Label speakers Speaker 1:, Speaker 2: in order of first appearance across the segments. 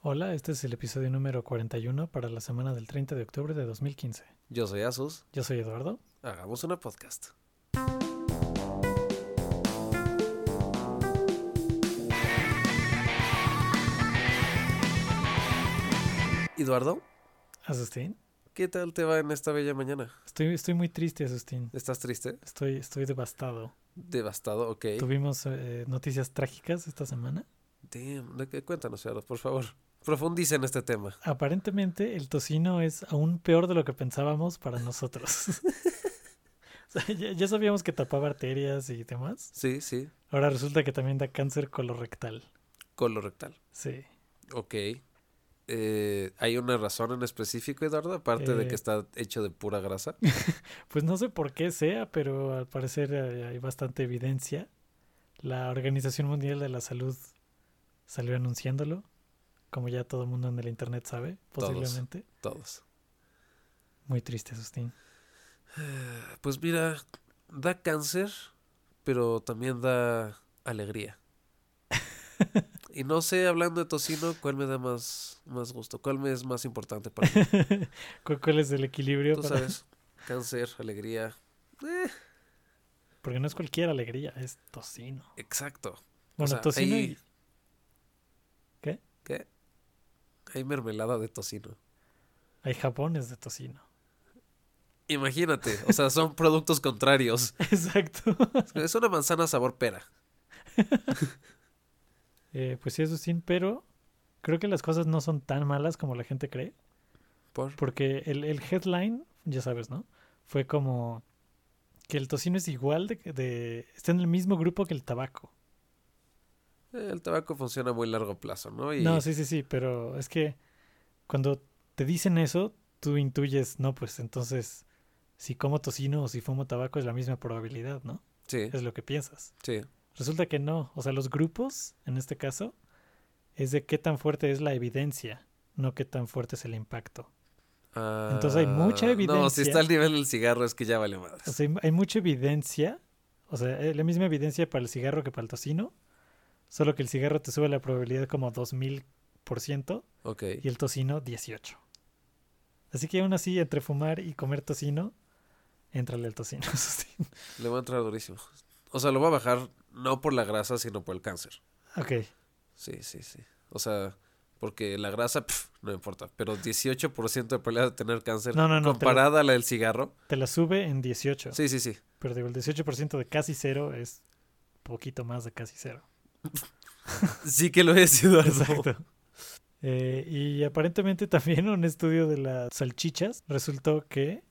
Speaker 1: Hola, este es el episodio número 41 para la semana del 30 de octubre de 2015.
Speaker 2: Yo soy Asus.
Speaker 1: Yo soy Eduardo.
Speaker 2: Hagamos una podcast. Eduardo,
Speaker 1: Asustín.
Speaker 2: ¿qué tal te va en esta bella mañana?
Speaker 1: Estoy, estoy muy triste, Asustín.
Speaker 2: ¿Estás triste?
Speaker 1: Estoy, estoy devastado.
Speaker 2: ¿Devastado? Ok.
Speaker 1: Tuvimos eh, noticias trágicas esta semana.
Speaker 2: Damn, ¿de qué? cuéntanos, Eduardo, por favor. Profundiza en este tema.
Speaker 1: Aparentemente el tocino es aún peor de lo que pensábamos para nosotros. O sea, ya, ya sabíamos que tapaba arterias y demás.
Speaker 2: Sí, sí.
Speaker 1: Ahora resulta que también da cáncer colorectal.
Speaker 2: Colorectal.
Speaker 1: Sí.
Speaker 2: Ok. Eh, ¿Hay una razón en específico, Eduardo? Aparte de
Speaker 1: Eh.
Speaker 2: que está hecho de pura grasa.
Speaker 1: Pues no sé por qué sea, pero al parecer eh, hay bastante evidencia. La Organización Mundial de la Salud salió anunciándolo, como ya todo el mundo en el Internet sabe,
Speaker 2: Todos.
Speaker 1: posiblemente.
Speaker 2: Todos.
Speaker 1: Muy triste, Sustín.
Speaker 2: Pues mira, da cáncer, pero también da alegría. Y no sé, hablando de tocino, cuál me da más, más gusto, cuál me es más importante para mí.
Speaker 1: ¿Cu- ¿Cuál es el equilibrio?
Speaker 2: Tú
Speaker 1: para-
Speaker 2: sabes, cáncer, alegría. Eh,
Speaker 1: Porque no es cualquier alegría, es tocino.
Speaker 2: exacto.
Speaker 1: Bueno,
Speaker 2: sea,
Speaker 1: tocino
Speaker 2: ahí-
Speaker 1: y... ¿Qué?
Speaker 2: ¿Qué? Hay mermelada de tocino.
Speaker 1: Hay jabones de tocino.
Speaker 2: Imagínate, o sea, son productos contrarios.
Speaker 1: Exacto.
Speaker 2: Es una manzana sabor pera.
Speaker 1: Eh, pues sí, Sustín, pero creo que las cosas no son tan malas como la gente cree.
Speaker 2: Por... eh,
Speaker 1: Porque el, el headline, ya sabes, ¿no? Fue como que el tocino es igual de, de... Está en el mismo grupo que el tabaco.
Speaker 2: Eh, El tabaco funciona a muy largo plazo, ¿no? Y
Speaker 1: No, sí, sí, sí, pero es que cuando te dicen eso, tú intuyes, no, pues entonces, si como tocino o si fumo tabaco es la misma probabilidad, ¿no?
Speaker 2: sí,
Speaker 1: Es lo que piensas.
Speaker 2: sí.
Speaker 1: Resulta que no. O sea, los grupos, en este caso, es de qué tan fuerte es la evidencia, no qué tan fuerte es el impacto. Entonces hay mucha
Speaker 2: Ah, No, si
Speaker 1: evidencia.
Speaker 2: está al nivel del cigarro es que ya vale madres.
Speaker 1: O sea, hay- hay mucha evidencia, o sea, eh, la misma evidencia para el cigarro que para el tocino, solo que el cigarro te sube la probabilidad como 2000%
Speaker 2: ok.
Speaker 1: y el tocino 18. Así que aún así, entre fumar y comer tocino, entrale el tocino. Sustín.
Speaker 2: Le voy a entrar durísimo. O sea, lo voy a bajar no por la grasa, sino por el cáncer.
Speaker 1: ok,
Speaker 2: Sí, sí, sí. O sea, porque la grasa, pf, no importa. Pero 18% de probabilidad de tener cáncer
Speaker 1: No, no, no, te lo-
Speaker 2: comparada a la del cigarro.
Speaker 1: te la sube en 18,
Speaker 2: Sí, sí, sí.
Speaker 1: pero digo, el 18% de casi cero es poquito más de casi cero.
Speaker 2: Sí que lo he sido.
Speaker 1: Exacto. Eh, y aparentemente también un estudio de las salchichas resultó que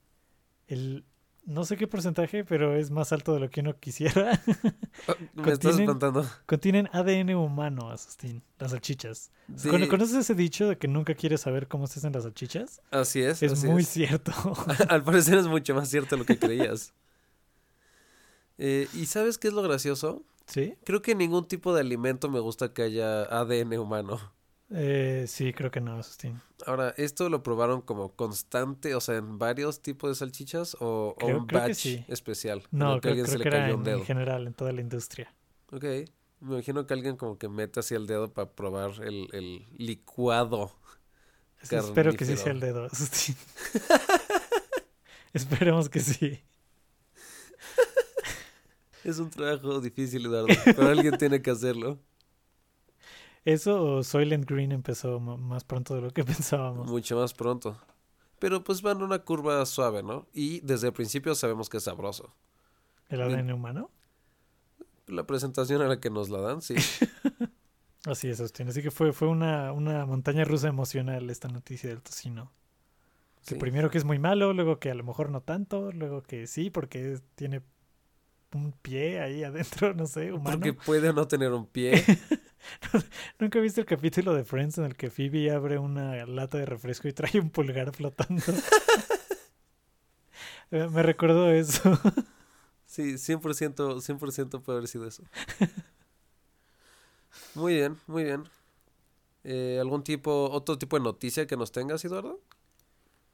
Speaker 1: el no sé qué porcentaje, pero es más alto de lo que uno quisiera.
Speaker 2: Me estás
Speaker 1: Contienen-
Speaker 2: espantando.
Speaker 1: Contienen ADN humano, Asustín, las salchichas.
Speaker 2: Sí,
Speaker 1: ¿Cono- ¿Conoces ese dicho de que nunca quieres saber cómo se hacen las salchichas?
Speaker 2: Así es.
Speaker 1: Es
Speaker 2: así
Speaker 1: muy
Speaker 2: es.
Speaker 1: cierto.
Speaker 2: Al parecer es mucho más cierto de lo que creías. Eh, ¿Y sabes qué es lo gracioso?
Speaker 1: ¿Sí?
Speaker 2: Creo que ningún tipo de alimento me gusta que haya ADN humano.
Speaker 1: Eh, sí, creo que no, Asustín.
Speaker 2: Ahora, ¿esto lo probaron como constante, o sea, en varios tipos de salchichas o, o
Speaker 1: Creo-
Speaker 2: un
Speaker 1: creo que
Speaker 2: batch
Speaker 1: sí.
Speaker 2: especial? en el
Speaker 1: No,
Speaker 2: que
Speaker 1: creo,
Speaker 2: alguien
Speaker 1: creo
Speaker 2: se
Speaker 1: que
Speaker 2: le
Speaker 1: era
Speaker 2: cayó
Speaker 1: en,
Speaker 2: un dedo.
Speaker 1: en general, en toda la industria.
Speaker 2: Ok. Me imagino que alguien como que mete así el dedo para probar el, el licuado.
Speaker 1: Sí, espero que sí sea
Speaker 2: Carnífero.
Speaker 1: el dedo, Asustín. Esperemos que sí.
Speaker 2: Es un trabajo difícil, Eduardo, pero alguien tiene que hacerlo.
Speaker 1: Eso o Soylent Green empezó m- más pronto de lo que pensábamos.
Speaker 2: Mucho más pronto. Pero pues van en una curva suave, ¿no? Y desde el principio sabemos que es sabroso.
Speaker 1: El ADN humano.
Speaker 2: La presentación a la que nos la dan, sí.
Speaker 1: Así es, Austin. Así que fue, fue una, una montaña rusa emocional esta noticia del tocino. Que
Speaker 2: Sí.
Speaker 1: primero que es muy malo, luego que a lo mejor no tanto, luego que sí, porque es- tiene un pie ahí adentro, no sé, humano.
Speaker 2: Porque puede o no tener un pie.
Speaker 1: ¿Nunca viste el capítulo de Friends en el que Phoebe abre una lata de refresco y trae un pulgar flotando? Eh, Me recuerdo eso.
Speaker 2: Sí, 100%, 100% puede haber sido eso. Muy bien, muy bien. Eh, ¿Algún tipo, otro tipo de noticia que nos tengas, Eduardo?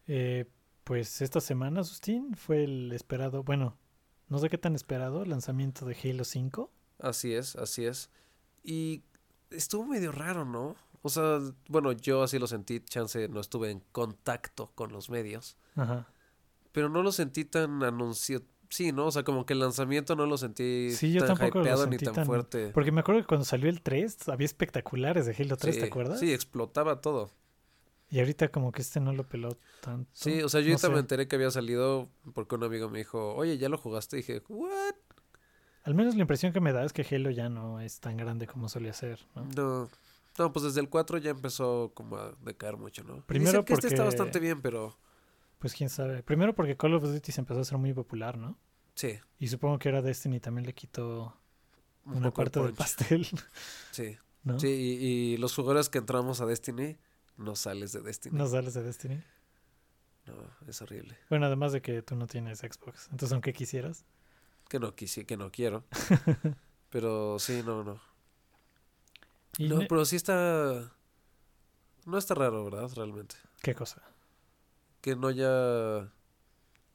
Speaker 1: Eh, pues esta semana, Sustín, fue el esperado, bueno, no sé qué tan esperado, lanzamiento de Halo 5.
Speaker 2: Así es, así es. Y estuvo medio raro, ¿no? O O sea, bueno, yo así lo sentí, chance no estuve en contacto con los medios,
Speaker 1: Ajá.
Speaker 2: pero no lo sentí tan anuncio, sí, ¿no? O sea, como que el lanzamiento no lo sentí
Speaker 1: Sí, yo
Speaker 2: tan
Speaker 1: tampoco lo
Speaker 2: hypeado
Speaker 1: sentí
Speaker 2: ni tan,
Speaker 1: tan-
Speaker 2: fuerte.
Speaker 1: Porque me acuerdo que cuando salió el 3 había espectaculares de Halo 3,
Speaker 2: sí,
Speaker 1: ¿te acuerdas?
Speaker 2: Sí, explotaba todo.
Speaker 1: Y ahorita como que este no lo peló tanto.
Speaker 2: Sí, o sea, yo
Speaker 1: No
Speaker 2: ahorita
Speaker 1: sé.
Speaker 2: me enteré que había salido porque un amigo me dijo, oye, ¿ya lo jugaste? Y dije, ¿what?
Speaker 1: Al menos la impresión que me da es que Halo ya no es tan grande como solía ser, ¿no?
Speaker 2: No. No, pues desde el 4 ya empezó como a decaer mucho, ¿no? Y
Speaker 1: Primero
Speaker 2: Dicen que este está
Speaker 1: porque-
Speaker 2: bastante bien, pero
Speaker 1: Pues quién sabe. Primero porque Call of Duty se empezó a ser muy popular, ¿no?
Speaker 2: sí.
Speaker 1: Y supongo que ahora Destiny también le quitó
Speaker 2: un
Speaker 1: una
Speaker 2: poco el
Speaker 1: parte del
Speaker 2: punch.
Speaker 1: pastel,
Speaker 2: Sí,
Speaker 1: ¿no?
Speaker 2: sí, y, y los jugadores que entramos a Destiny, no sales de Destiny.
Speaker 1: No sales de Destiny.
Speaker 2: No, es horrible.
Speaker 1: Bueno, además de que tú no tienes Xbox. Entonces, aunque quisieras.
Speaker 2: Que no quise, que no quiero. pero sí, no, no.
Speaker 1: Y
Speaker 2: No,
Speaker 1: ne-
Speaker 2: pero sí está... No está raro, ¿verdad? Realmente.
Speaker 1: ¿Qué cosa?
Speaker 2: que no haya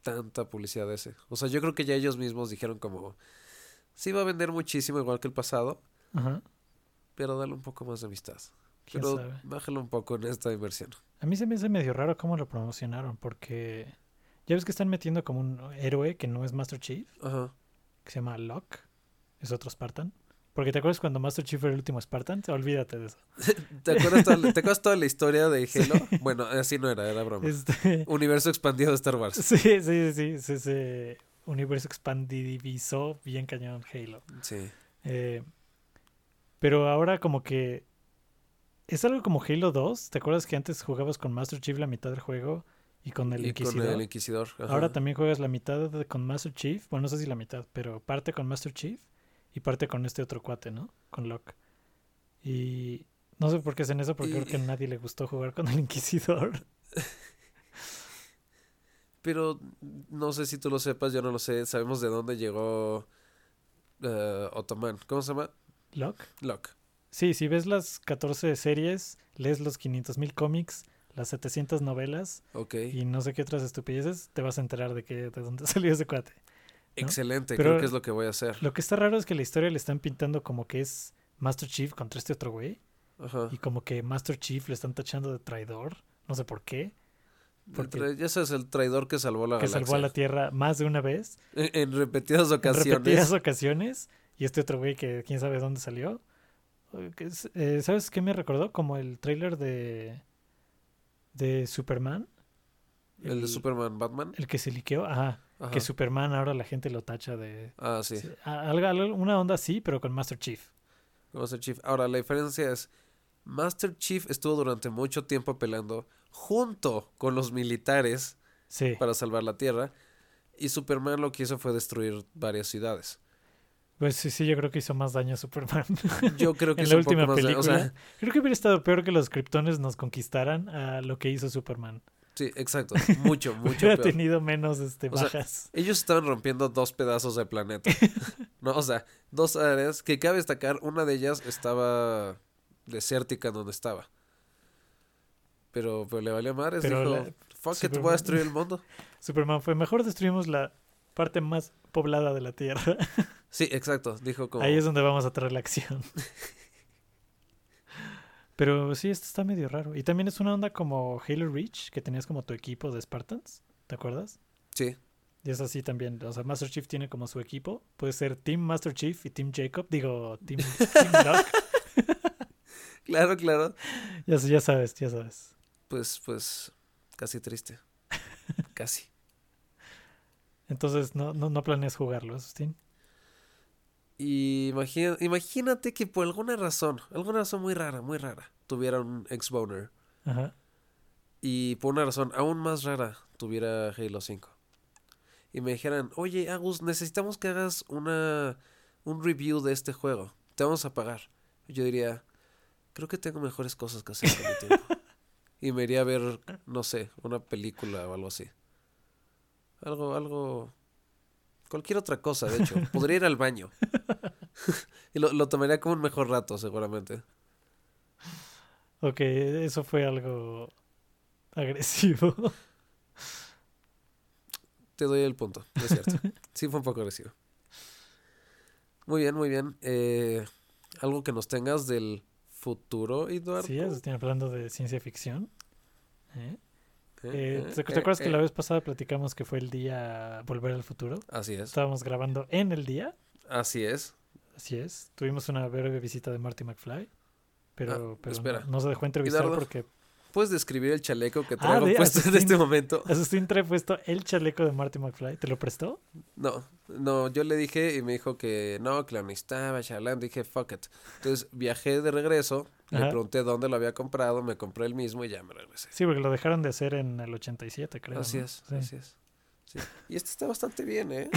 Speaker 2: tanta publicidad de ese. O sea, yo creo que ya ellos mismos dijeron como, sí va a vender muchísimo igual que el pasado,
Speaker 1: Ajá.
Speaker 2: pero dale un poco más de amistad.
Speaker 1: ¿Quién
Speaker 2: Pero
Speaker 1: sabe?
Speaker 2: bájale un poco en esta inversión.
Speaker 1: A mí se me hace medio raro cómo lo promocionaron, porque ya ves que están metiendo como un héroe que no es Master Chief,
Speaker 2: Ajá.
Speaker 1: que se llama Locke, es otro Spartan. Porque te acuerdas cuando Master Chief era el último Spartan, olvídate de eso.
Speaker 2: ¿Te acuerdas toda la, te acuerdas toda la historia de Halo? Bueno, así no era, era broma.
Speaker 1: Este,
Speaker 2: Universo expandido de Star Wars.
Speaker 1: sí, sí, sí, sí, sí, ese universo expandidizó bien cañón Halo.
Speaker 2: Sí.
Speaker 1: Eh, pero ahora como que es algo como Halo 2, ¿te acuerdas que antes jugabas con Master Chief la mitad del juego y con el
Speaker 2: y
Speaker 1: Inquisidor?
Speaker 2: con el Inquisidor. ajá.
Speaker 1: Ahora también juegas la mitad de- con Master Chief. Bueno, no sé si la mitad, pero parte con Master Chief y parte con este otro cuate, ¿no? Con Locke. Y no sé por qué hacen eso, porque
Speaker 2: Y-
Speaker 1: creo que a nadie le gustó jugar con el Inquisidor.
Speaker 2: Pero no sé si tú lo sepas, yo no lo sé. Sabemos de dónde llegó eh, Ottoman. ¿Cómo se llama?
Speaker 1: ¿Locke?
Speaker 2: Locke.
Speaker 1: Sí, si ves las 14 series, lees los 500.000 cómics, las 700 novelas
Speaker 2: Ok.
Speaker 1: y no sé qué otras estupideces, te vas a enterar de, que, de dónde salió ese cuate.
Speaker 2: Excelente,
Speaker 1: Pero-
Speaker 2: creo que es lo que voy a hacer.
Speaker 1: Lo que está raro es que la historia le están pintando como que es Master Chief contra este otro güey.
Speaker 2: Ajá.
Speaker 1: Y como que Master Chief le están tachando de traidor, no sé por qué, porque-
Speaker 2: El tra- Ya sabes, el traidor que salvó la
Speaker 1: que
Speaker 2: galaxia.
Speaker 1: salvó a la Tierra más de una vez,
Speaker 2: En, en repetidas
Speaker 1: en
Speaker 2: ocasiones.
Speaker 1: repetidas ocasiones, y este otro güey que quién sabe dónde salió. Eh, que es- eh, ¿Sabes qué me recordó? Como el tráiler de de Superman,
Speaker 2: El de Superman, Batman.
Speaker 1: el que se liqueó, ajá,
Speaker 2: Ajá.
Speaker 1: que Superman ahora la gente lo tacha de
Speaker 2: Ah, sí.
Speaker 1: sí, a- algo- algo- una onda así, pero con Master Chief.
Speaker 2: Master Chief. Ahora, la diferencia es... Master Chief estuvo durante mucho tiempo peleando junto con los militares
Speaker 1: Sí.
Speaker 2: para salvar la Tierra. Y Superman lo que hizo fue destruir varias ciudades.
Speaker 1: Pues sí, sí, yo creo que hizo más daño a Superman.
Speaker 2: Yo creo que
Speaker 1: en
Speaker 2: es
Speaker 1: la
Speaker 2: un poco
Speaker 1: última
Speaker 2: más de-
Speaker 1: película.
Speaker 2: O sea,
Speaker 1: Creo que hubiera estado peor que los Kryptones nos conquistaran a lo que hizo Superman.
Speaker 2: sí, exacto. Mucho, mucho
Speaker 1: hubiera
Speaker 2: peor.
Speaker 1: tenido menos este,
Speaker 2: O sea,
Speaker 1: bajas.
Speaker 2: Ellos estaban rompiendo dos pedazos de planeta. no, o sea, dos áreas que cabe destacar, una de ellas estaba desértica donde estaba. Pero, pero le valió madres,
Speaker 1: Pero
Speaker 2: dijo,
Speaker 1: la-
Speaker 2: fuck it, voy
Speaker 1: Superman-
Speaker 2: a destruir el mundo.
Speaker 1: Superman fue mejor destruimos la parte más poblada de la Tierra.
Speaker 2: Sí, exacto, dijo como...
Speaker 1: Ahí es donde vamos a traer la acción. Pero sí, esto está medio raro. Y también es una onda como Halo Reach, que tenías como tu equipo de Spartans, ¿te acuerdas?
Speaker 2: Sí,
Speaker 1: Y es así también. O sea, Master Chief tiene como su equipo. Puede ser Team Master Chief y Team Jacob. Digo, Team, Team Doc.
Speaker 2: claro, claro.
Speaker 1: Ya, ya sabes, ya sabes.
Speaker 2: Pues, pues, casi triste. casi.
Speaker 1: Entonces, no, no, no planeas jugarlo, Justin.
Speaker 2: Y imagina- imagínate que por alguna razón, alguna razón muy rara, muy rara, tuviera un ex-boner.
Speaker 1: Ajá.
Speaker 2: Y por una razón aún más rara tuviera Halo 5. Y me dijeran, oye Agus, necesitamos que hagas una un review de este juego. Te vamos a pagar. Y Yo diría, creo que tengo mejores cosas que hacer con mi tiempo. Y me iría a ver, no sé, una película o algo así. Algo, algo. Cualquier otra cosa, de hecho. Podría ir al baño. y lo, lo tomaría como un mejor rato, seguramente.
Speaker 1: Ok, eso fue algo agresivo.
Speaker 2: Te doy el punto, es cierto. sí, fue un poco agresivo. Muy bien, muy bien. Eh, algo que nos tengas del futuro, Eduardo.
Speaker 1: Sí, estoy hablando de ciencia ficción. ¿Eh? Eh,
Speaker 2: Eh,
Speaker 1: ¿Te te
Speaker 2: eh,
Speaker 1: acuerdas que
Speaker 2: eh.
Speaker 1: la vez pasada platicamos que fue el día Volver al Futuro?
Speaker 2: eh, Así es.
Speaker 1: Estábamos grabando en el día,
Speaker 2: Así es.
Speaker 1: así es. Tuvimos una breve visita de Marty McFly, pero,
Speaker 2: Ah,
Speaker 1: pero
Speaker 2: espera.
Speaker 1: no, no se dejó entrevistar
Speaker 2: Eduardo.
Speaker 1: porque
Speaker 2: ¿Puedes describir el chaleco que
Speaker 1: Ah,
Speaker 2: traigo
Speaker 1: de
Speaker 2: puesto en
Speaker 1: Assassin.
Speaker 2: este momento?
Speaker 1: Asustín trae puesto el chaleco de Marty McFly. ¿Te lo prestó?
Speaker 2: No, no, yo le dije y me dijo que no, que lo necesitaba, charlando, dije, fuck it. Entonces viajé de regreso,
Speaker 1: Ajá.
Speaker 2: le pregunté dónde lo había comprado, me compré el mismo y ya me regresé.
Speaker 1: Sí, porque lo dejaron de hacer en el 87, creo.
Speaker 2: así
Speaker 1: ¿no?
Speaker 2: es,
Speaker 1: Sí.
Speaker 2: así es. Sí. Y este está bastante bien, ¿eh?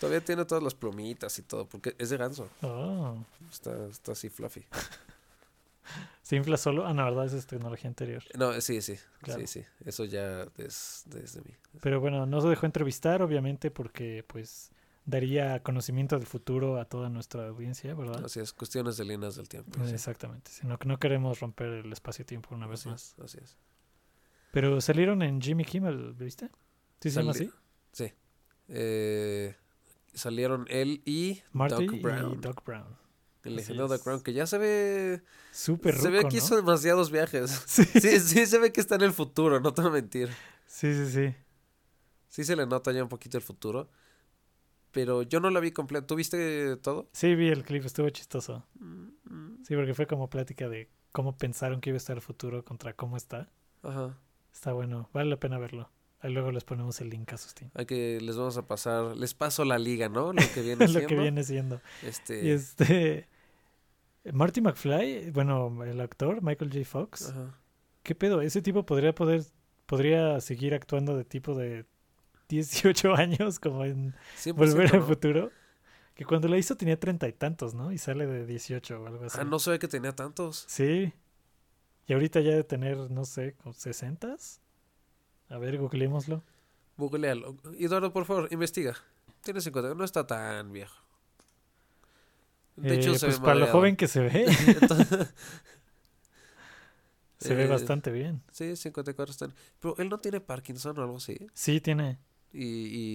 Speaker 2: Todavía tiene todas las plumitas y todo, porque es de ganso,
Speaker 1: Oh,
Speaker 2: está, está así fluffy.
Speaker 1: ¿Se infla solo? Ah, no, verdad, esa es tecnología anterior.
Speaker 2: No, sí, sí,
Speaker 1: Claro.
Speaker 2: sí, sí, eso ya es desde mí.
Speaker 1: Pero bueno, no se dejó entrevistar, obviamente, porque pues daría conocimiento del futuro a toda nuestra audiencia, ¿verdad?
Speaker 2: Así es, cuestiones de líneas del tiempo.
Speaker 1: Eh,
Speaker 2: sí.
Speaker 1: Exactamente. Si no, no queremos romper el espacio-tiempo una vez
Speaker 2: Así
Speaker 1: más.
Speaker 2: es, así es.
Speaker 1: Pero salieron en Jimmy Kimmel, ¿viste? ¿Sí se llama
Speaker 2: Sali-
Speaker 1: así?
Speaker 2: Sí. Eh, salieron él y
Speaker 1: Marty
Speaker 2: Doc Brown.
Speaker 1: y Doc Brown.
Speaker 2: el
Speaker 1: así
Speaker 2: legendario Doc
Speaker 1: es.
Speaker 2: Brown, que ya se ve.
Speaker 1: Súper
Speaker 2: se ve
Speaker 1: ruco,
Speaker 2: que
Speaker 1: ¿no?
Speaker 2: hizo demasiados viajes.
Speaker 1: Sí,
Speaker 2: Sí, sí, se ve que está en el futuro, no te voy a mentir.
Speaker 1: sí, sí. sí.
Speaker 2: Sí se le nota ya un poquito el futuro. Pero yo no la vi completa. ¿Tú viste todo?
Speaker 1: Sí, vi el clip, estuvo chistoso. Sí, porque fue como plática de cómo pensaron que iba a estar el futuro contra cómo está.
Speaker 2: Ajá.
Speaker 1: Está bueno, vale la pena verlo. Ahí luego les ponemos el link a Sustín.
Speaker 2: Hay que les vamos a pasar. Les paso la liga, ¿no? Lo que viene
Speaker 1: Es lo
Speaker 2: siendo.
Speaker 1: que viene siendo.
Speaker 2: Este.
Speaker 1: Y este. Marty McFly, bueno, el actor, Michael J. Fox.
Speaker 2: ajá.
Speaker 1: ¿Qué pedo? Ese tipo podría poder. Podría seguir actuando de tipo de 18 años, como en
Speaker 2: 100%,
Speaker 1: Volver al
Speaker 2: ¿no?
Speaker 1: Futuro. Que cuando la hizo tenía treinta y tantos, ¿no? Y sale de 18 o algo así.
Speaker 2: Ah, no se ve que tenía tantos.
Speaker 1: Sí. Y ahorita ya de tener, no sé, como 60 A ver, googleémoslo.
Speaker 2: Googlealo. Eduardo, por favor, investiga. Tienes en cuenta, no está tan viejo. De
Speaker 1: Eh,
Speaker 2: hecho, se
Speaker 1: pues
Speaker 2: ve
Speaker 1: para lo
Speaker 2: madreado.
Speaker 1: joven que se ve,
Speaker 2: Entonces-
Speaker 1: se ve
Speaker 2: Eh,
Speaker 1: bastante bien.
Speaker 2: Sí, 54 están. Pero él no tiene Parkinson o algo así.
Speaker 1: Sí, tiene.
Speaker 2: Y,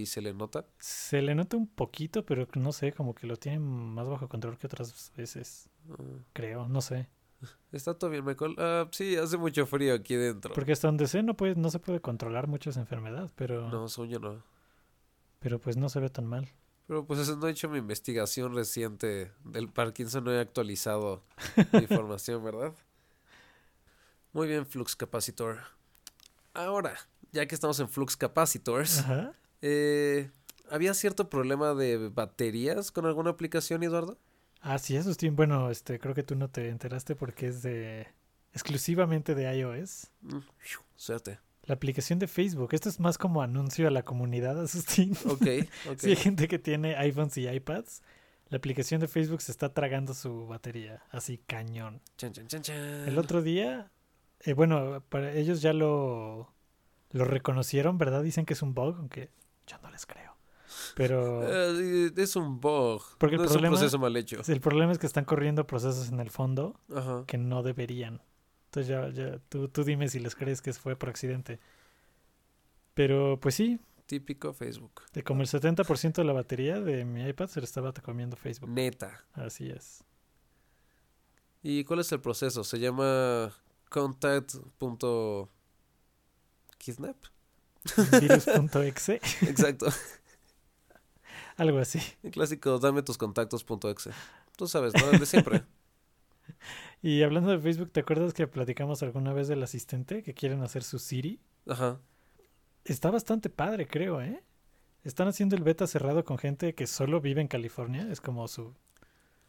Speaker 2: y se le nota.
Speaker 1: Se le nota un poquito, pero no sé, como que lo tiene más bajo control que otras veces.
Speaker 2: Ah,
Speaker 1: Creo, no sé.
Speaker 2: Está todo bien, Michael. Ah, sí, hace mucho frío aquí dentro.
Speaker 1: Porque hasta donde sé no, puede, no se puede controlar mucho esa enfermedad, pero,
Speaker 2: No, según yo no.
Speaker 1: pero pues no se ve tan mal.
Speaker 2: Pero pues no he hecho mi investigación reciente del Parkinson, no he actualizado mi información, ¿verdad? Muy bien, Flux Capacitor. Ahora, ya que estamos en Flux Capacitors,
Speaker 1: Ajá.
Speaker 2: eh, ¿había cierto problema de baterías con alguna aplicación, Eduardo?
Speaker 1: Ah, sí, Justin. Bueno, este, creo que tú no te enteraste porque es de exclusivamente de iOS.
Speaker 2: Mm, fiu, Suerte.
Speaker 1: La aplicación de Facebook. Esto es más como anuncio a la comunidad, Asustín.
Speaker 2: Ok, ok.
Speaker 1: Si hay gente que tiene iPhones y iPads, la aplicación de Facebook se está tragando su batería. Así cañón.
Speaker 2: Chan, chan, chan, chan.
Speaker 1: El otro día, eh, bueno, para ellos ya lo, lo reconocieron, ¿verdad? Dicen que es un bug, aunque yo no les creo. Pero
Speaker 2: Eh, es un bug.
Speaker 1: Porque el
Speaker 2: no es
Speaker 1: problema-
Speaker 2: un proceso mal hecho.
Speaker 1: el problema es que están corriendo procesos en el fondo
Speaker 2: Ajá.
Speaker 1: que no deberían. Entonces ya, ya tú, tú dime si les crees que fue por accidente. Pero pues sí,
Speaker 2: Típico Facebook.
Speaker 1: de como el 70% de la batería de mi iPad se le estaba comiendo Facebook.
Speaker 2: Neta.
Speaker 1: Así es.
Speaker 2: ¿Y cuál es el proceso? Se llama contact.kidnap.
Speaker 1: Virus.exe,
Speaker 2: Exacto.
Speaker 1: algo así.
Speaker 2: El clásico dame tus contactos.exe. Tú sabes, ¿no? El de siempre.
Speaker 1: Y hablando de Facebook, ¿te acuerdas que platicamos alguna vez del asistente que quieren hacer su Siri?
Speaker 2: Ajá.
Speaker 1: Está bastante padre, creo, ¿eh? Están haciendo el beta cerrado con gente que solo vive en California, es como su,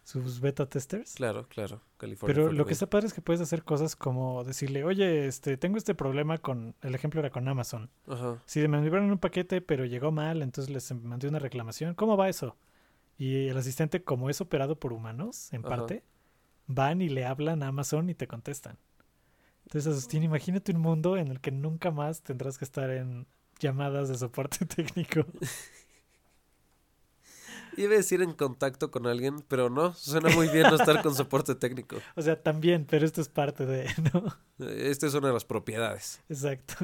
Speaker 1: sus beta testers.
Speaker 2: Claro, claro. California.
Speaker 1: Pero
Speaker 2: Fortnite.
Speaker 1: lo que está padre es que puedes hacer cosas como decirle, oye, este, tengo este problema con, el ejemplo era con Amazon.
Speaker 2: Ajá.
Speaker 1: Si me enviaron un paquete pero llegó mal, entonces les mandé una reclamación, ¿cómo va eso? Y el asistente, como es operado por humanos, en
Speaker 2: Ajá.
Speaker 1: parte, van y le hablan a Amazon y te contestan. Entonces, Asustín, imagínate un mundo en el que nunca más tendrás que estar en llamadas de soporte técnico.
Speaker 2: Iba a decir en contacto con alguien, pero no. Suena muy bien no estar con soporte técnico.
Speaker 1: O sea, también, pero esto es parte de, ¿no?
Speaker 2: Eh, Esta es una de las propiedades.
Speaker 1: Exacto.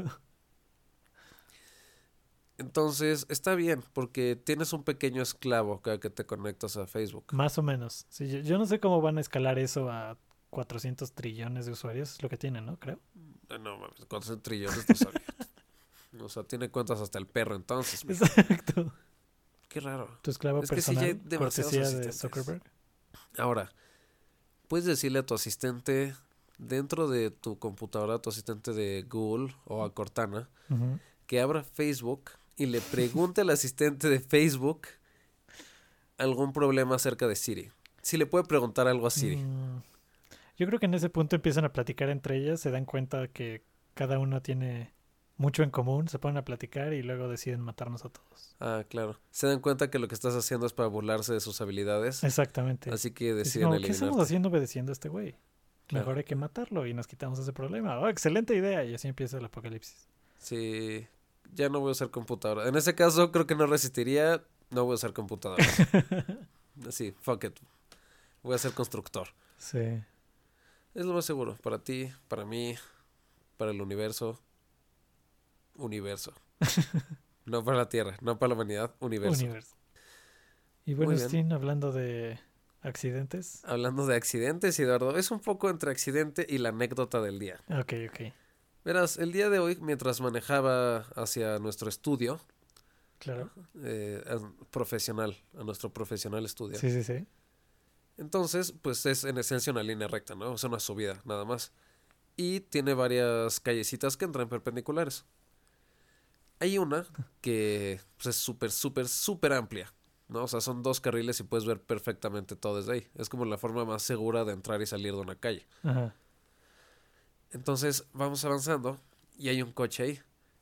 Speaker 2: Entonces, está bien, porque tienes un pequeño esclavo cada que te conectas a Facebook.
Speaker 1: Más o menos. Sí, yo, yo no sé cómo van a escalar eso a 400 trillones de usuarios, es lo que tiene, ¿no? Creo.
Speaker 2: Eh, No mames, ¿cuántos trillones no sabía? o sea, tiene cuentas hasta el perro entonces. mijo.
Speaker 1: Exacto.
Speaker 2: Qué raro.
Speaker 1: Tu esclavo
Speaker 2: Pues Es que sí, ya hay
Speaker 1: personal,
Speaker 2: demasiados
Speaker 1: cortesía de
Speaker 2: asistentes.
Speaker 1: Zuckerberg.
Speaker 2: Ahora, puedes decirle a tu asistente dentro de tu computadora, a tu asistente de Google o a Cortana,
Speaker 1: Ujú.
Speaker 2: que abra Facebook y le pregunte al asistente de Facebook algún problema acerca de Siri. Si le puede preguntar algo a Siri.
Speaker 1: Mm. Yo creo que en ese punto empiezan a platicar entre ellas, se dan cuenta que cada uno tiene mucho en común, se ponen a platicar y luego deciden matarnos a todos.
Speaker 2: Ah, claro. Se dan cuenta que lo que estás haciendo es para burlarse de sus habilidades.
Speaker 1: Exactamente.
Speaker 2: Así que
Speaker 1: Dicen
Speaker 2: deciden
Speaker 1: como, ¿Qué estamos
Speaker 2: eliminarte.
Speaker 1: haciendo obedeciendo a este güey?
Speaker 2: Claro.
Speaker 1: Mejor hay que matarlo y nos quitamos ese problema. Oh, excelente idea. Y así empieza el apocalipsis.
Speaker 2: Sí, ya no voy a usar computadora. En ese caso, creo que no resistiría. No voy a usar computadora. Así, fuck it. Voy a ser constructor.
Speaker 1: Sí.
Speaker 2: Es lo más seguro. Para ti, para mí, para el universo. Universo. no para la Tierra, no para la humanidad, universo.
Speaker 1: Universo. Y bueno,
Speaker 2: Muy bien.
Speaker 1: Steam, hablando de accidentes.
Speaker 2: Hablando de accidentes, Eduardo, es un poco entre accidente y la anécdota del día.
Speaker 1: Ok, ok.
Speaker 2: Verás, el día de hoy, mientras manejaba hacia nuestro estudio
Speaker 1: Claro.
Speaker 2: eh, a- profesional, a nuestro profesional estudio,
Speaker 1: Sí, sí, sí.
Speaker 2: Entonces, pues es en esencia una línea recta, ¿no? Es una subida, nada más. Y tiene varias callecitas que entran perpendiculares. Hay una que pues, es súper, súper, súper amplia, ¿no? O sea, son dos carriles y puedes ver perfectamente todo desde ahí. Es como la forma más segura de entrar y salir de una calle.
Speaker 1: Ajá.
Speaker 2: Entonces, vamos avanzando y hay un coche ahí.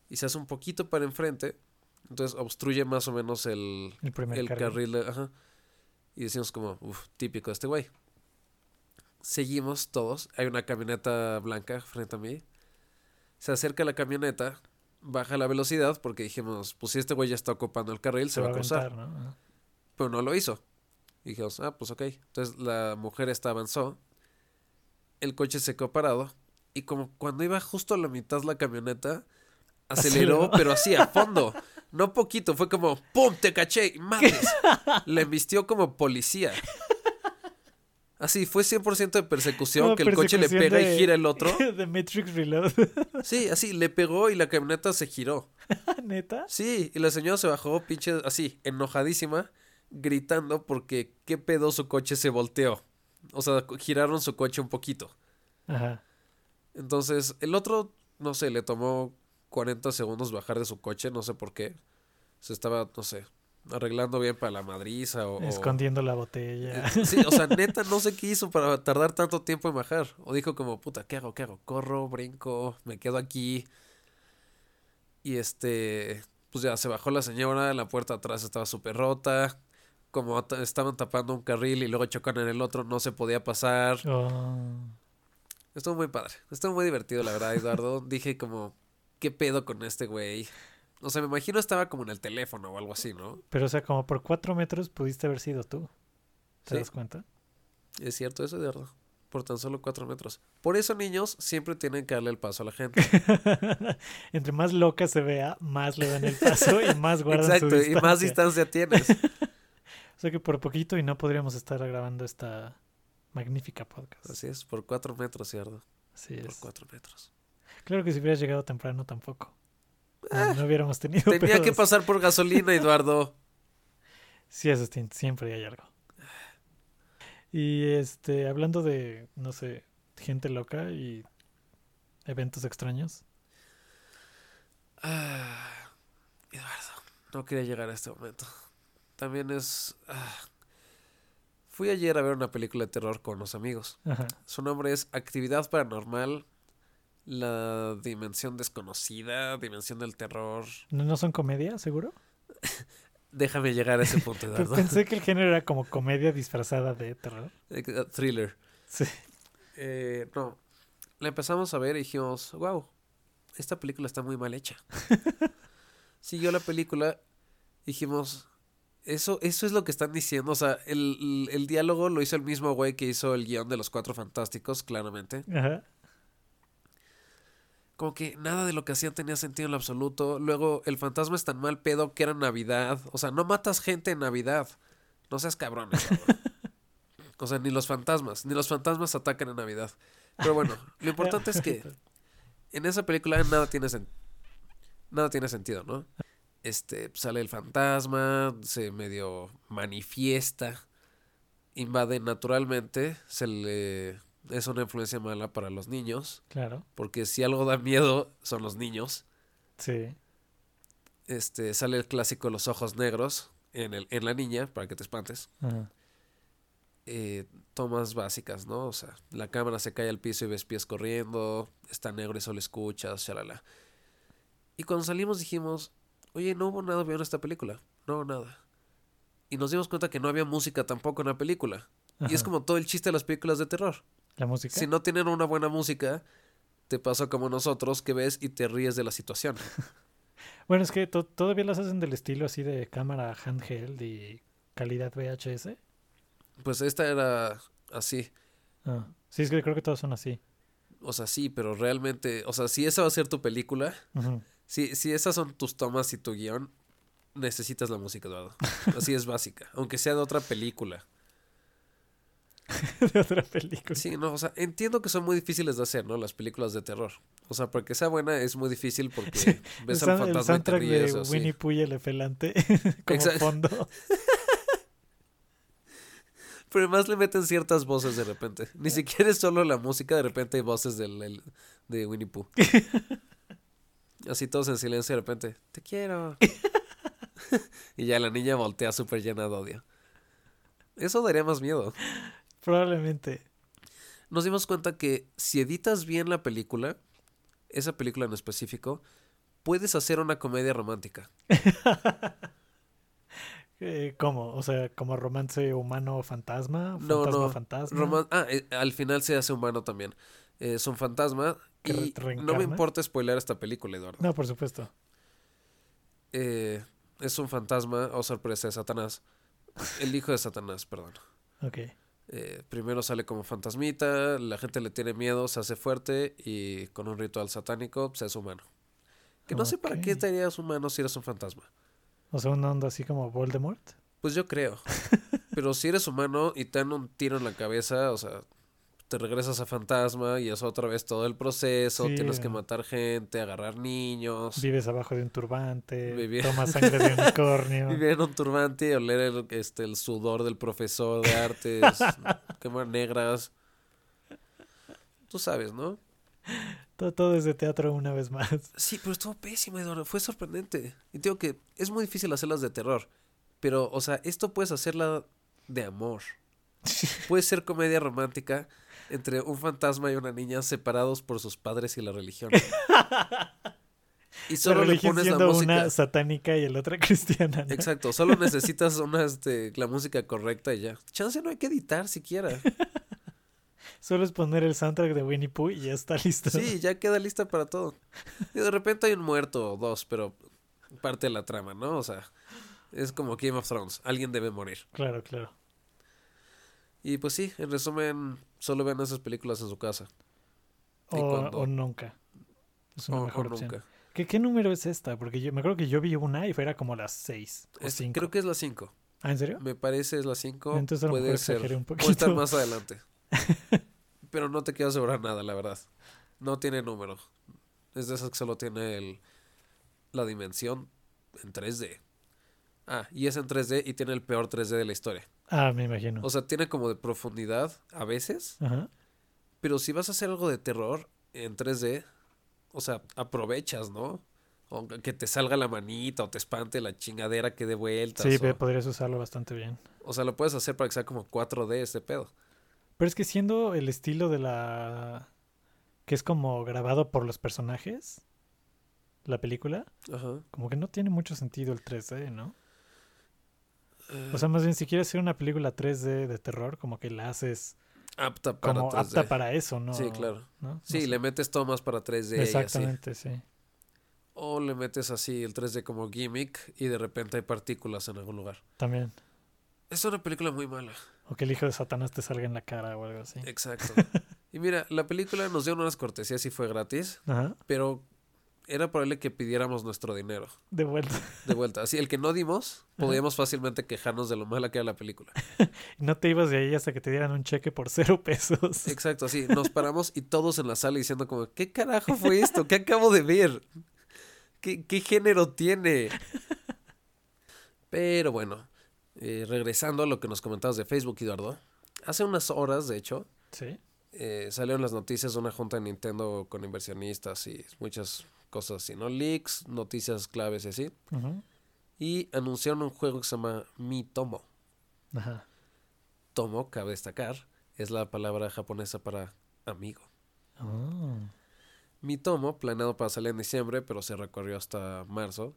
Speaker 2: Y se hace un poquito para enfrente. Entonces, obstruye más o menos el,
Speaker 1: El primer
Speaker 2: el
Speaker 1: carril.
Speaker 2: carril, ajá. Y decimos como, uff, típico de este güey. Seguimos todos. Hay una camioneta blanca frente a mí. Se acerca la camioneta, baja la velocidad porque dijimos, pues si este güey ya está ocupando el carril, se, va a cruzar.
Speaker 1: aventar, ¿no? Ajá.
Speaker 2: Pero no lo hizo. Y dijimos, ah, pues ok. Entonces la mujer esta avanzó. El coche se quedó parado. Y como cuando iba justo a la mitad la camioneta, aceleró,
Speaker 1: Aceleró.
Speaker 2: pero así a fondo. No poquito, fue como ¡pum! ¡Te caché! ¡Mames! Le embistió como policía. Así, fue 100% de persecución,
Speaker 1: Como
Speaker 2: que el coche le
Speaker 1: persecución
Speaker 2: pega
Speaker 1: de-
Speaker 2: y gira el otro.
Speaker 1: de Matrix Reload.
Speaker 2: Sí, así, le pegó y la camioneta se giró.
Speaker 1: ¿Neta?
Speaker 2: Sí, y la señora se bajó, pinche, así, enojadísima, gritando porque qué pedo su coche se volteó. O sea, co- giraron su coche un poquito.
Speaker 1: Ajá.
Speaker 2: Entonces, el otro, no sé, le tomó 40 segundos bajar de su coche, no sé por qué. Se estaba, no sé, arreglando bien para la madriza o... o-
Speaker 1: Escondiendo la botella.
Speaker 2: Oh. Eh, Sí, o sea, neta, no sé qué hizo para tardar tanto tiempo en bajar. O dijo como, puta, ¿qué hago? ¿Qué hago? Corro, brinco, me quedo aquí. Y este, pues ya se bajó la señora, la puerta atrás estaba súper rota. Como ta- estaban tapando un carril y luego chocan en el otro, no se podía pasar.
Speaker 1: Oh.
Speaker 2: Estuvo muy padre. Estuvo muy divertido, la verdad, Eduardo. Dije como, ¿qué pedo con este güey? O sea, me imagino estaba como en el teléfono o algo así, ¿no?
Speaker 1: Pero, o sea, como por cuatro metros pudiste haber sido tú. ¿Te
Speaker 2: Sí.
Speaker 1: das cuenta?
Speaker 2: Es cierto eso, Eduardo. Por tan solo cuatro metros. Por eso, niños, siempre tienen que darle el paso a la gente.
Speaker 1: Entre más loca se vea, más le dan el paso y más guardan su
Speaker 2: Exacto, y
Speaker 1: distancia.
Speaker 2: más distancia tienes.
Speaker 1: O sea que por poquito y no podríamos estar grabando esta magnífica podcast.
Speaker 2: Así es, por cuatro metros, Eduardo.
Speaker 1: Así
Speaker 2: Por
Speaker 1: es.
Speaker 2: cuatro metros.
Speaker 1: Claro que si hubieras llegado temprano tampoco. No, no hubiéramos tenido
Speaker 2: Ah, Tenía que
Speaker 1: pedos.
Speaker 2: pasar por gasolina, Eduardo.
Speaker 1: Sí, eso siempre hay algo. Y este, hablando de, no sé, gente loca y eventos extraños.
Speaker 2: Ah, Eduardo, no quería llegar a este momento. También es... ah. Fui ayer a ver una película de terror con los amigos.
Speaker 1: Ajá.
Speaker 2: Su nombre es Actividad Paranormal, la dimensión desconocida, dimensión del terror.
Speaker 1: ¿No, no son comedia, seguro?
Speaker 2: Déjame llegar a ese punto,
Speaker 1: Pero
Speaker 2: Eduardo.
Speaker 1: pensé que el género era como comedia disfrazada de terror.
Speaker 2: Eh, eh, Thriller.
Speaker 1: Sí.
Speaker 2: Eh, no. La empezamos a ver y dijimos, wow, esta película está muy mal hecha. Siguió la película, dijimos, eso, eso es lo que están diciendo. O sea, el, el- el diálogo lo hizo el mismo güey que hizo el guión de Los Cuatro Fantásticos, claramente.
Speaker 1: Ajá.
Speaker 2: Como que nada de lo que hacían tenía sentido en lo absoluto. Luego, el fantasma es tan mal pedo que era Navidad. O sea, no matas gente en Navidad. No seas cabrones. eh, cabrón. O sea, ni los fantasmas, ni los fantasmas atacan en Navidad. Pero bueno, lo importante es que en esa película nada tiene, sen- nada tiene sentido, ¿no? Este, sale el fantasma, se medio manifiesta, invade naturalmente, se le es una influencia mala para los niños,
Speaker 1: Claro,
Speaker 2: porque si algo da miedo son los niños.
Speaker 1: sí.
Speaker 2: Este, sale el clásico de los ojos negros en el en la niña para que te espantes.
Speaker 1: Ajá.
Speaker 2: eh, tomas básicas, ¿no? O sea, la cámara se cae al piso y ves pies corriendo, está negro y solo escuchas, shalala. Y cuando salimos dijimos, oye, no hubo nada bien en esta película, no hubo nada. Y nos dimos cuenta que no había música tampoco en la película. Y es
Speaker 1: Ajá.
Speaker 2: como todo el chiste de las películas de terror.
Speaker 1: la música.
Speaker 2: Si no tienen una buena música, te pasa como nosotros que ves y te ríes de la situación.
Speaker 1: Bueno, es que to- todavía las hacen del estilo así de cámara handheld y calidad VHS.
Speaker 2: Pues esta era así.
Speaker 1: Ah, Sí, es que creo que todas son así.
Speaker 2: O sea, sí, pero realmente, o sea, si esa va a ser tu película,
Speaker 1: Ujú.
Speaker 2: Si, si esas son tus tomas y tu guión, necesitas la música, Eduardo. Así es básica, aunque sea de otra película.
Speaker 1: de otra película.
Speaker 2: Sí, no, o sea, entiendo que son muy difíciles de hacer, ¿no? Las películas de terror. O sea, para que sea buena es muy difícil porque
Speaker 1: El,
Speaker 2: ves
Speaker 1: sound-
Speaker 2: al
Speaker 1: el
Speaker 2: fantasma y te
Speaker 1: soundtrack
Speaker 2: ríes
Speaker 1: de
Speaker 2: o así.
Speaker 1: Winnie Pooh y el Efelante como
Speaker 2: Exacto.
Speaker 1: fondo.
Speaker 2: Pero además le meten ciertas voces de repente. Ni
Speaker 1: Ah.
Speaker 2: siquiera es solo la música, de repente hay voces del, el- de Winnie Pooh. Así todos en silencio de repente, te quiero. y ya la niña voltea súper llena de odio. Eso daría más miedo.
Speaker 1: Probablemente.
Speaker 2: nos dimos cuenta que si editas bien la película, esa película en específico, puedes hacer una comedia romántica.
Speaker 1: Eh, ¿Cómo? O sea, como romance humano fantasma,
Speaker 2: No,
Speaker 1: fantasma
Speaker 2: no,
Speaker 1: fantasma.
Speaker 2: Roman- ah, eh, al final se hace humano también. Eh, Es un fantasma.
Speaker 1: ¿Que
Speaker 2: Y
Speaker 1: re-
Speaker 2: no
Speaker 1: reencarna?
Speaker 2: me importa spoiler esta película, Eduardo.
Speaker 1: No, por supuesto.
Speaker 2: Eh, es un fantasma, o sorpresa, de Satanás. El hijo de Satanás, perdón.
Speaker 1: Ok.
Speaker 2: Eh, primero sale como fantasmita, la gente le tiene miedo, se hace fuerte y con un ritual satánico se hace humano. Que no sé para qué
Speaker 1: Ok.
Speaker 2: te harías humano si eres un fantasma.
Speaker 1: O sea, una onda así como Voldemort.
Speaker 2: Pues yo creo. Pero si eres humano y te dan un tiro en la cabeza, o sea, te regresas a fantasma y es otra vez todo el proceso,
Speaker 1: Sí,
Speaker 2: tienes que
Speaker 1: no.
Speaker 2: matar gente, agarrar niños,
Speaker 1: Vives abajo de un turbante,
Speaker 2: Vivi-
Speaker 1: tomas sangre de unicornio.
Speaker 2: vivir en un turbante y oler el, este, el sudor del profesor de artes, quemar negras. Tú sabes, ¿no?
Speaker 1: Todo, todo es de teatro una vez más.
Speaker 2: Sí, pero estuvo pésimo, Eduardo. Fue sorprendente. Y te digo que es muy difícil hacerlas de terror. Pero, o sea, esto puedes hacerla de amor. Puede ser comedia romántica entre un fantasma y una niña separados por sus padres y la religión. Y
Speaker 1: La
Speaker 2: solo le
Speaker 1: religión
Speaker 2: pones la
Speaker 1: siendo
Speaker 2: música.
Speaker 1: una satánica y la otra cristiana. ¿no?
Speaker 2: Exacto, solo necesitas una, este, la música correcta y ya. Chance no hay que editar siquiera.
Speaker 1: Solo es poner el soundtrack de Winnie Pooh y ya está listo.
Speaker 2: Sí, ya queda lista para todo. Y de repente hay un muerto o dos, pero parte de la trama, ¿no? O sea, es como Game of Thrones, alguien debe morir.
Speaker 1: Claro, claro.
Speaker 2: Y pues sí, en resumen, solo vean esas películas en su casa. Y
Speaker 1: O,
Speaker 2: cuando-
Speaker 1: o nunca. Es una
Speaker 2: o, o
Speaker 1: mejor opción.
Speaker 2: nunca.
Speaker 1: ¿Qué, qué número es esta? Porque yo me acuerdo que yo vi una y era como las 6 o
Speaker 2: Es-
Speaker 1: 5.
Speaker 2: Este, creo que es la 5.
Speaker 1: ¿Ah, en serio?
Speaker 2: Me parece es la 5.
Speaker 1: Entonces, a lo
Speaker 2: Puede
Speaker 1: mejor
Speaker 2: ser.
Speaker 1: exageré un
Speaker 2: Puede estar
Speaker 1: poquito.
Speaker 2: más adelante. pero no te quiero asegurar nada, la verdad. No tiene número. Es de esas que solo tiene el, la dimensión en 3D. Ah, y es en 3D y tiene el peor 3D de la historia.
Speaker 1: Ah, me imagino.
Speaker 2: O sea, tiene como de profundidad a veces,
Speaker 1: Ajá.
Speaker 2: pero si vas a hacer algo de terror en 3D, o sea, aprovechas, ¿no? O que te salga la manita o te espante la chingadera que dé vueltas.
Speaker 1: Sí,
Speaker 2: o,
Speaker 1: pe- podrías usarlo bastante bien.
Speaker 2: o sea, lo puedes hacer para que sea como 4D este pedo.
Speaker 1: Pero es que siendo el estilo de la... que es como grabado por los personajes, la película,
Speaker 2: Ajá.
Speaker 1: como que no tiene mucho sentido el 3D, ¿no?
Speaker 2: Eh,
Speaker 1: O sea, más bien si quieres hacer una película 3D de terror, como que la haces
Speaker 2: apta para
Speaker 1: como
Speaker 2: 3D.
Speaker 1: apta para eso, ¿no?
Speaker 2: Sí, claro.
Speaker 1: ¿No? No
Speaker 2: Sí,
Speaker 1: sé.
Speaker 2: le metes tomas para 3D y así.
Speaker 1: Exactamente, sí.
Speaker 2: O le metes así el 3D como gimmick y de repente hay partículas en algún lugar.
Speaker 1: También.
Speaker 2: Es una película muy mala.
Speaker 1: O que el hijo de Satanás te salga en la cara o algo así.
Speaker 2: Exacto. y mira, la película nos dio unas cortesías y fue gratis.
Speaker 1: Ajá.
Speaker 2: Pero era probable que pidiéramos nuestro dinero
Speaker 1: De vuelta.
Speaker 2: de vuelta. Así, el que no dimos, podíamos fácilmente quejarnos de lo mala que era la película.
Speaker 1: No te ibas de ahí hasta que te dieran un cheque por cero pesos.
Speaker 2: Exacto, así, nos paramos y todos en la sala diciendo como, ¿qué carajo fue esto? ¿Qué acabo de ver? ¿Qué, qué género tiene? Pero bueno, eh, regresando a lo que nos comentabas de Facebook, Eduardo. Hace unas horas, de hecho,
Speaker 1: Sí.
Speaker 2: eh, salieron las noticias de una junta de Nintendo con inversionistas y muchas cosas así, ¿no? Leaks, noticias claves y así.
Speaker 1: Ujú.
Speaker 2: Y anunciaron un juego que se llama Mi Tomo.
Speaker 1: Ajá.
Speaker 2: Tomo, cabe destacar, es la palabra japonesa para amigo.
Speaker 1: Oh.
Speaker 2: Mi tomo, planeado para salir en diciembre, pero se recorrió hasta marzo,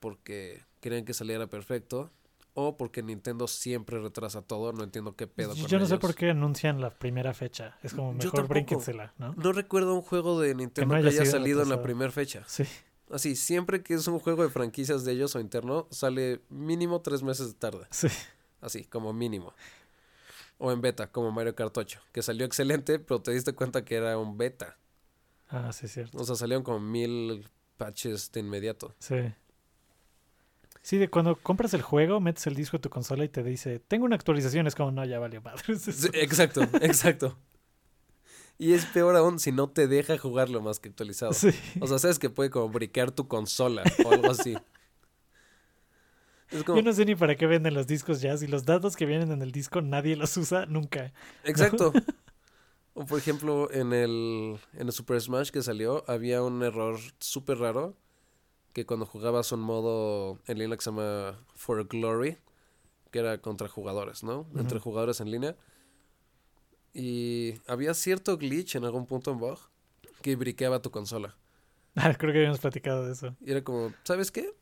Speaker 2: porque querían que saliera perfecto, o porque Nintendo siempre retrasa todo, no entiendo qué pedo
Speaker 1: Yo
Speaker 2: con
Speaker 1: no sé
Speaker 2: ellos.
Speaker 1: por qué anuncian la primera fecha. Es como
Speaker 2: Yo
Speaker 1: mejor
Speaker 2: tampoco.
Speaker 1: brínquensela, ¿no?
Speaker 2: No recuerdo un juego de Nintendo que
Speaker 1: haya
Speaker 2: haya,
Speaker 1: sido
Speaker 2: salido en la
Speaker 1: retrasado.
Speaker 2: primera fecha.
Speaker 1: Sí.
Speaker 2: Así, siempre que es un juego de franquicias de ellos o interno, sale mínimo tres meses tarde.
Speaker 1: Sí.
Speaker 2: Así, como mínimo. O en beta, como Mario Kart 8, que salió excelente, pero te diste cuenta que era un beta.
Speaker 1: Ah, sí, es cierto.
Speaker 2: O sea, salieron como mil patches de inmediato.
Speaker 1: Sí. Sí, de cuando compras el juego, metes el disco a tu consola y te dice, tengo una actualización. Es como, no, ya valió madres.
Speaker 2: Sí, exacto, exacto. Y es peor aún si no te deja jugarlo más que actualizado.
Speaker 1: Sí.
Speaker 2: O sea, sabes que puede como briquear tu consola o algo así. Es como,
Speaker 1: Yo no sé ni para qué venden los discos ya. Si los datos que vienen en el disco nadie los usa nunca.
Speaker 2: exacto. O por ejemplo, en el, en el Super Smash que salió, había un error súper raro que cuando jugabas un modo en línea que se llama For Glory, que era contra jugadores, ¿no? Entre
Speaker 1: Ujú.
Speaker 2: jugadores en línea. Y había cierto glitch en algún punto en Bog que briqueaba tu consola.
Speaker 1: Ah, Creo que habíamos platicado de eso.
Speaker 2: Y era como, ¿sabes qué?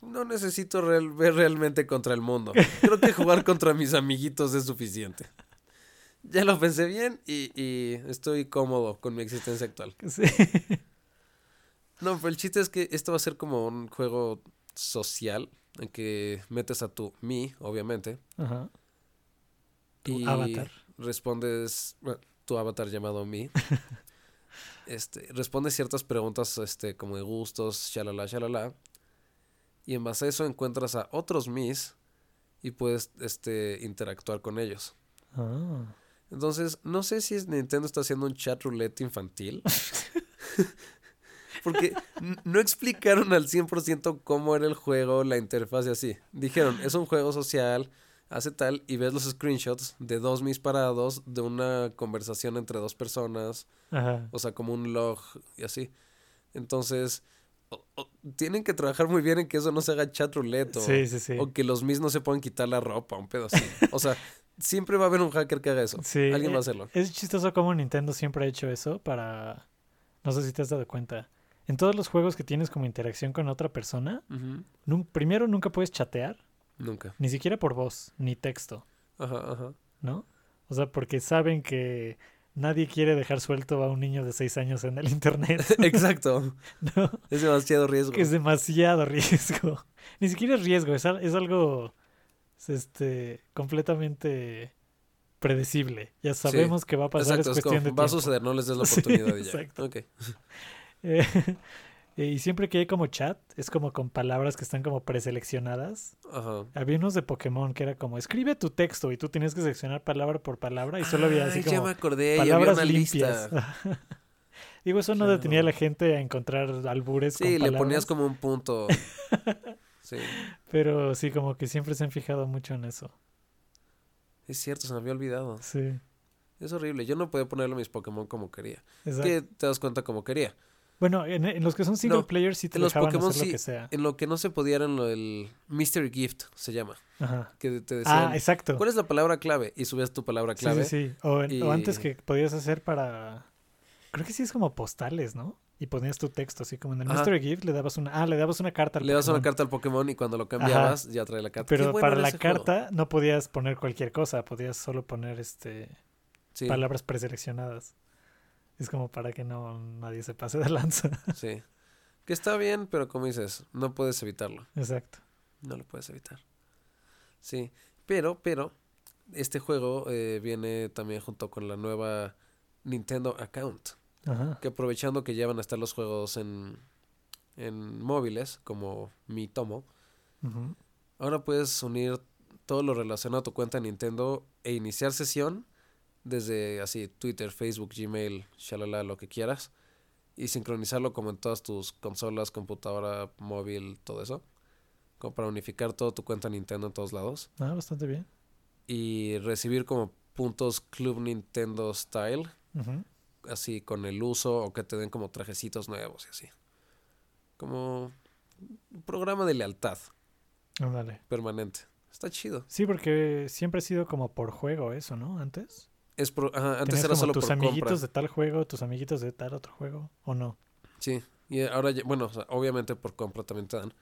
Speaker 2: No necesito real- ver realmente contra el mundo. Creo que jugar contra mis amiguitos es suficiente. Ya lo pensé bien y, y estoy cómodo con mi existencia actual.
Speaker 1: Sí.
Speaker 2: No, pero el chiste es que esto va a ser como un juego social en que metes a tu mí, obviamente.
Speaker 1: Ajá. Tu
Speaker 2: y
Speaker 1: avatar.
Speaker 2: Respondes, bueno, tu avatar llamado mí. Este, respondes ciertas preguntas este, como de gustos, shalala, shalala. Y en base a eso encuentras a otros mis y puedes este, interactuar con ellos.
Speaker 1: Ah.
Speaker 2: Entonces, no sé si es- Nintendo está haciendo un chat roulette infantil. Porque n- no explicaron al 100% cómo era el juego, la interfaz y así. Dijeron, es un juego social, hace tal, y ves los screenshots de dos mis parados, de una conversación entre dos personas,
Speaker 1: Ajá.
Speaker 2: o sea, como un log y así. Entonces, o- o- tienen que trabajar muy bien en que eso no se haga chat roulette. o-
Speaker 1: Sí, sí, sí.
Speaker 2: o que los mismos se puedan quitar la ropa, un pedo así. O sea, siempre va a haber un hacker que haga eso.
Speaker 1: Sí,
Speaker 2: Alguien va
Speaker 1: eh,
Speaker 2: a hacerlo.
Speaker 1: Es chistoso cómo Nintendo siempre ha hecho eso para... No sé si te has dado cuenta. En todos los juegos que tienes como interacción con otra persona,
Speaker 2: Ujú.
Speaker 1: nun- primero nunca puedes chatear,
Speaker 2: Nunca.
Speaker 1: ni siquiera por voz, ni texto,
Speaker 2: Ajá, ajá.
Speaker 1: ¿no? O sea, porque saben que nadie quiere dejar suelto a un niño de 6 años en el Internet,
Speaker 2: Exacto.
Speaker 1: ¿no?
Speaker 2: Es demasiado riesgo.
Speaker 1: Que es demasiado riesgo. Ni siquiera es riesgo, es, al- es algo es, este, completamente predecible. Ya sabemos que va a pasar,
Speaker 2: Exacto,
Speaker 1: es
Speaker 2: es como,
Speaker 1: cuestión de
Speaker 2: va a
Speaker 1: tiempo.
Speaker 2: suceder, no les des la
Speaker 1: Sí,
Speaker 2: oportunidad y ya.
Speaker 1: exacto.
Speaker 2: Ok.
Speaker 1: Eh, y siempre que hay como chat, es como con palabras que están como preseleccionadas.
Speaker 2: Ajá.
Speaker 1: Había unos de Pokémon que era como, escribe tu texto y tú tenías que seleccionar palabra por palabra y solo había así
Speaker 2: Ay, ya
Speaker 1: como
Speaker 2: me acordé, y había
Speaker 1: palabras
Speaker 2: una
Speaker 1: limpias.
Speaker 2: lista.
Speaker 1: Digo, eso no
Speaker 2: Claro.
Speaker 1: detenía a la gente a encontrar albures con
Speaker 2: Sí, le
Speaker 1: palabras,
Speaker 2: ponías como un punto. Sí.
Speaker 1: Pero sí, como que siempre se han fijado mucho en eso.
Speaker 2: Es cierto, se me había olvidado.
Speaker 1: Sí,
Speaker 2: Es horrible. Yo no podía ponerle a mis Pokémon como quería.
Speaker 1: exacto.
Speaker 2: Que te das cuenta como quería.
Speaker 1: Bueno, en, en los que son single
Speaker 2: No,
Speaker 1: player sí te
Speaker 2: en los
Speaker 1: dejaban
Speaker 2: Pokémon
Speaker 1: hacer lo
Speaker 2: sí. eh,
Speaker 1: que sea.
Speaker 2: En lo que no se podía era en lo del Mystery Gift, se llama.
Speaker 1: Ajá.
Speaker 2: Que te decían,
Speaker 1: Ah, exacto.
Speaker 2: ¿cuál es la palabra clave? Y subías tu palabra
Speaker 1: Sí, sí,
Speaker 2: clave.
Speaker 1: sí. O, en- o antes
Speaker 2: Y-
Speaker 1: que podías hacer para. Creo que sí es como postales, ¿no? Y ponías tu texto, así como en el
Speaker 2: Ajá.
Speaker 1: Mystery Gift le dabas una. Ah, le dabas una carta al
Speaker 2: Le das una
Speaker 1: Pokémon,
Speaker 2: carta al Pokémon y cuando lo cambiabas ya trae la carta. Qué
Speaker 1: Pero
Speaker 2: bueno
Speaker 1: para
Speaker 2: era
Speaker 1: la
Speaker 2: ese juego.
Speaker 1: carta no podías poner cualquier cosa, podías solo poner este
Speaker 2: Sí,
Speaker 1: palabras preseleccionadas. Es como para que no nadie se pase de lanza.
Speaker 2: sí. Que está bien, pero como dices, no puedes evitarlo.
Speaker 1: Exacto.
Speaker 2: No lo puedes evitar. Sí. Pero, pero, este juego eh, viene también junto con la nueva Nintendo Account.
Speaker 1: Ajá.
Speaker 2: Que aprovechando que ya van a estar los juegos en en móviles, como Mi Tomo,
Speaker 1: Ujú.
Speaker 2: ahora puedes unir todo lo relacionado a tu cuenta de Nintendo e iniciar sesión desde así Twitter, Facebook, Gmail, shalala, lo que quieras, y sincronizarlo como en todas tus consolas, computadora, móvil, todo eso, como para unificar toda tu cuenta Nintendo en todos lados
Speaker 1: Ah, bastante bien.
Speaker 2: y recibir como puntos Club Nintendo Style,
Speaker 1: Ujú.
Speaker 2: así con el uso o que te den como trajecitos nuevos y así. Como un programa de lealtad
Speaker 1: Ándale.
Speaker 2: permanente. Está chido.
Speaker 1: Sí, porque siempre ha sido como por juego eso, ¿no? Antes.
Speaker 2: Es pro- ajá, antes
Speaker 1: Tenías
Speaker 2: era
Speaker 1: como
Speaker 2: solo
Speaker 1: tus
Speaker 2: por
Speaker 1: amiguitos
Speaker 2: compra.
Speaker 1: de tal juego, tus amiguitos de tal otro juego, ¿o no?
Speaker 2: Sí, y ahora ya- bueno, o sea, obviamente por compra también te dan,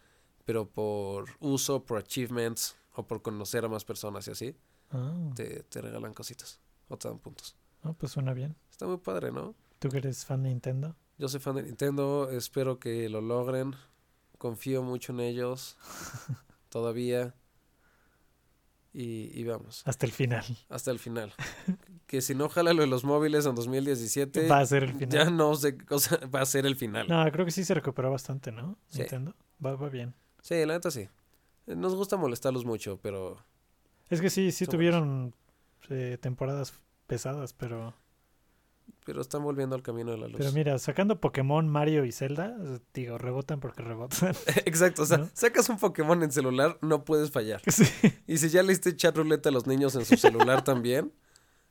Speaker 2: pero por uso, por achievements o por conocer a más personas y así,
Speaker 1: Ah,
Speaker 2: te, te regalan cositas o te dan puntos.
Speaker 1: ah, pues suena bien.
Speaker 2: Está muy padre, ¿no?
Speaker 1: ¿Tú que eres fan de Nintendo?
Speaker 2: Yo soy fan de Nintendo, espero que lo logren. Confío mucho en ellos. todavía. Y, y vamos.
Speaker 1: Hasta el final.
Speaker 2: Hasta el final. que si no jala lo de los móviles en 2017,
Speaker 1: Va a ser el final.
Speaker 2: ya no sé qué cosa va a ser el final.
Speaker 1: No, creo que sí se recuperó bastante, ¿no?
Speaker 2: Sí.
Speaker 1: Nintendo. Va, va bien.
Speaker 2: Sí, la neta sí. Eh, Nos gusta molestarlos mucho, pero
Speaker 1: Es que sí, sí
Speaker 2: Son
Speaker 1: tuvieron eh, temporadas pesadas, pero,
Speaker 2: pero están volviendo al camino de la luz.
Speaker 1: pero mira, sacando Pokémon, Mario y Zelda, eh, digo, rebotan porque rebotan.
Speaker 2: Exacto, o sea,
Speaker 1: ¿No?
Speaker 2: sacas un Pokémon en celular, no puedes fallar.
Speaker 1: sí.
Speaker 2: Y si ya le diste chat ruleta a los niños en su celular también,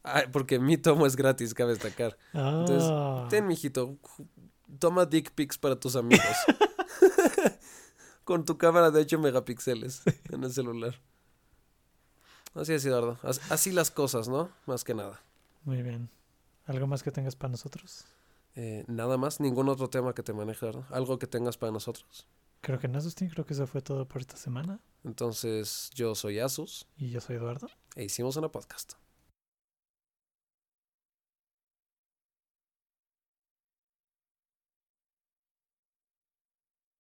Speaker 2: ay, porque mi tomo es gratis, cabe destacar. Entonces,
Speaker 1: Ah.
Speaker 2: Ten, mijito, ju- toma dick pics para tus amigos. Con tu cámara de 8 megapíxeles en el celular. Así es, Eduardo. As- Así las cosas, ¿no? Más que nada.
Speaker 1: Muy bien. ¿Algo más que tengas para nosotros?
Speaker 2: Eh, nada más, ningún otro tema que te maneje, ¿verdad? Algo que tengas para nosotros.
Speaker 1: Creo que no, Justin, creo que eso fue todo por esta semana.
Speaker 2: Entonces, yo soy Asus
Speaker 1: Y yo soy Eduardo.
Speaker 2: e hicimos una podcast.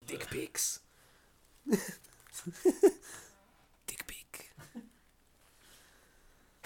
Speaker 2: Dick pics.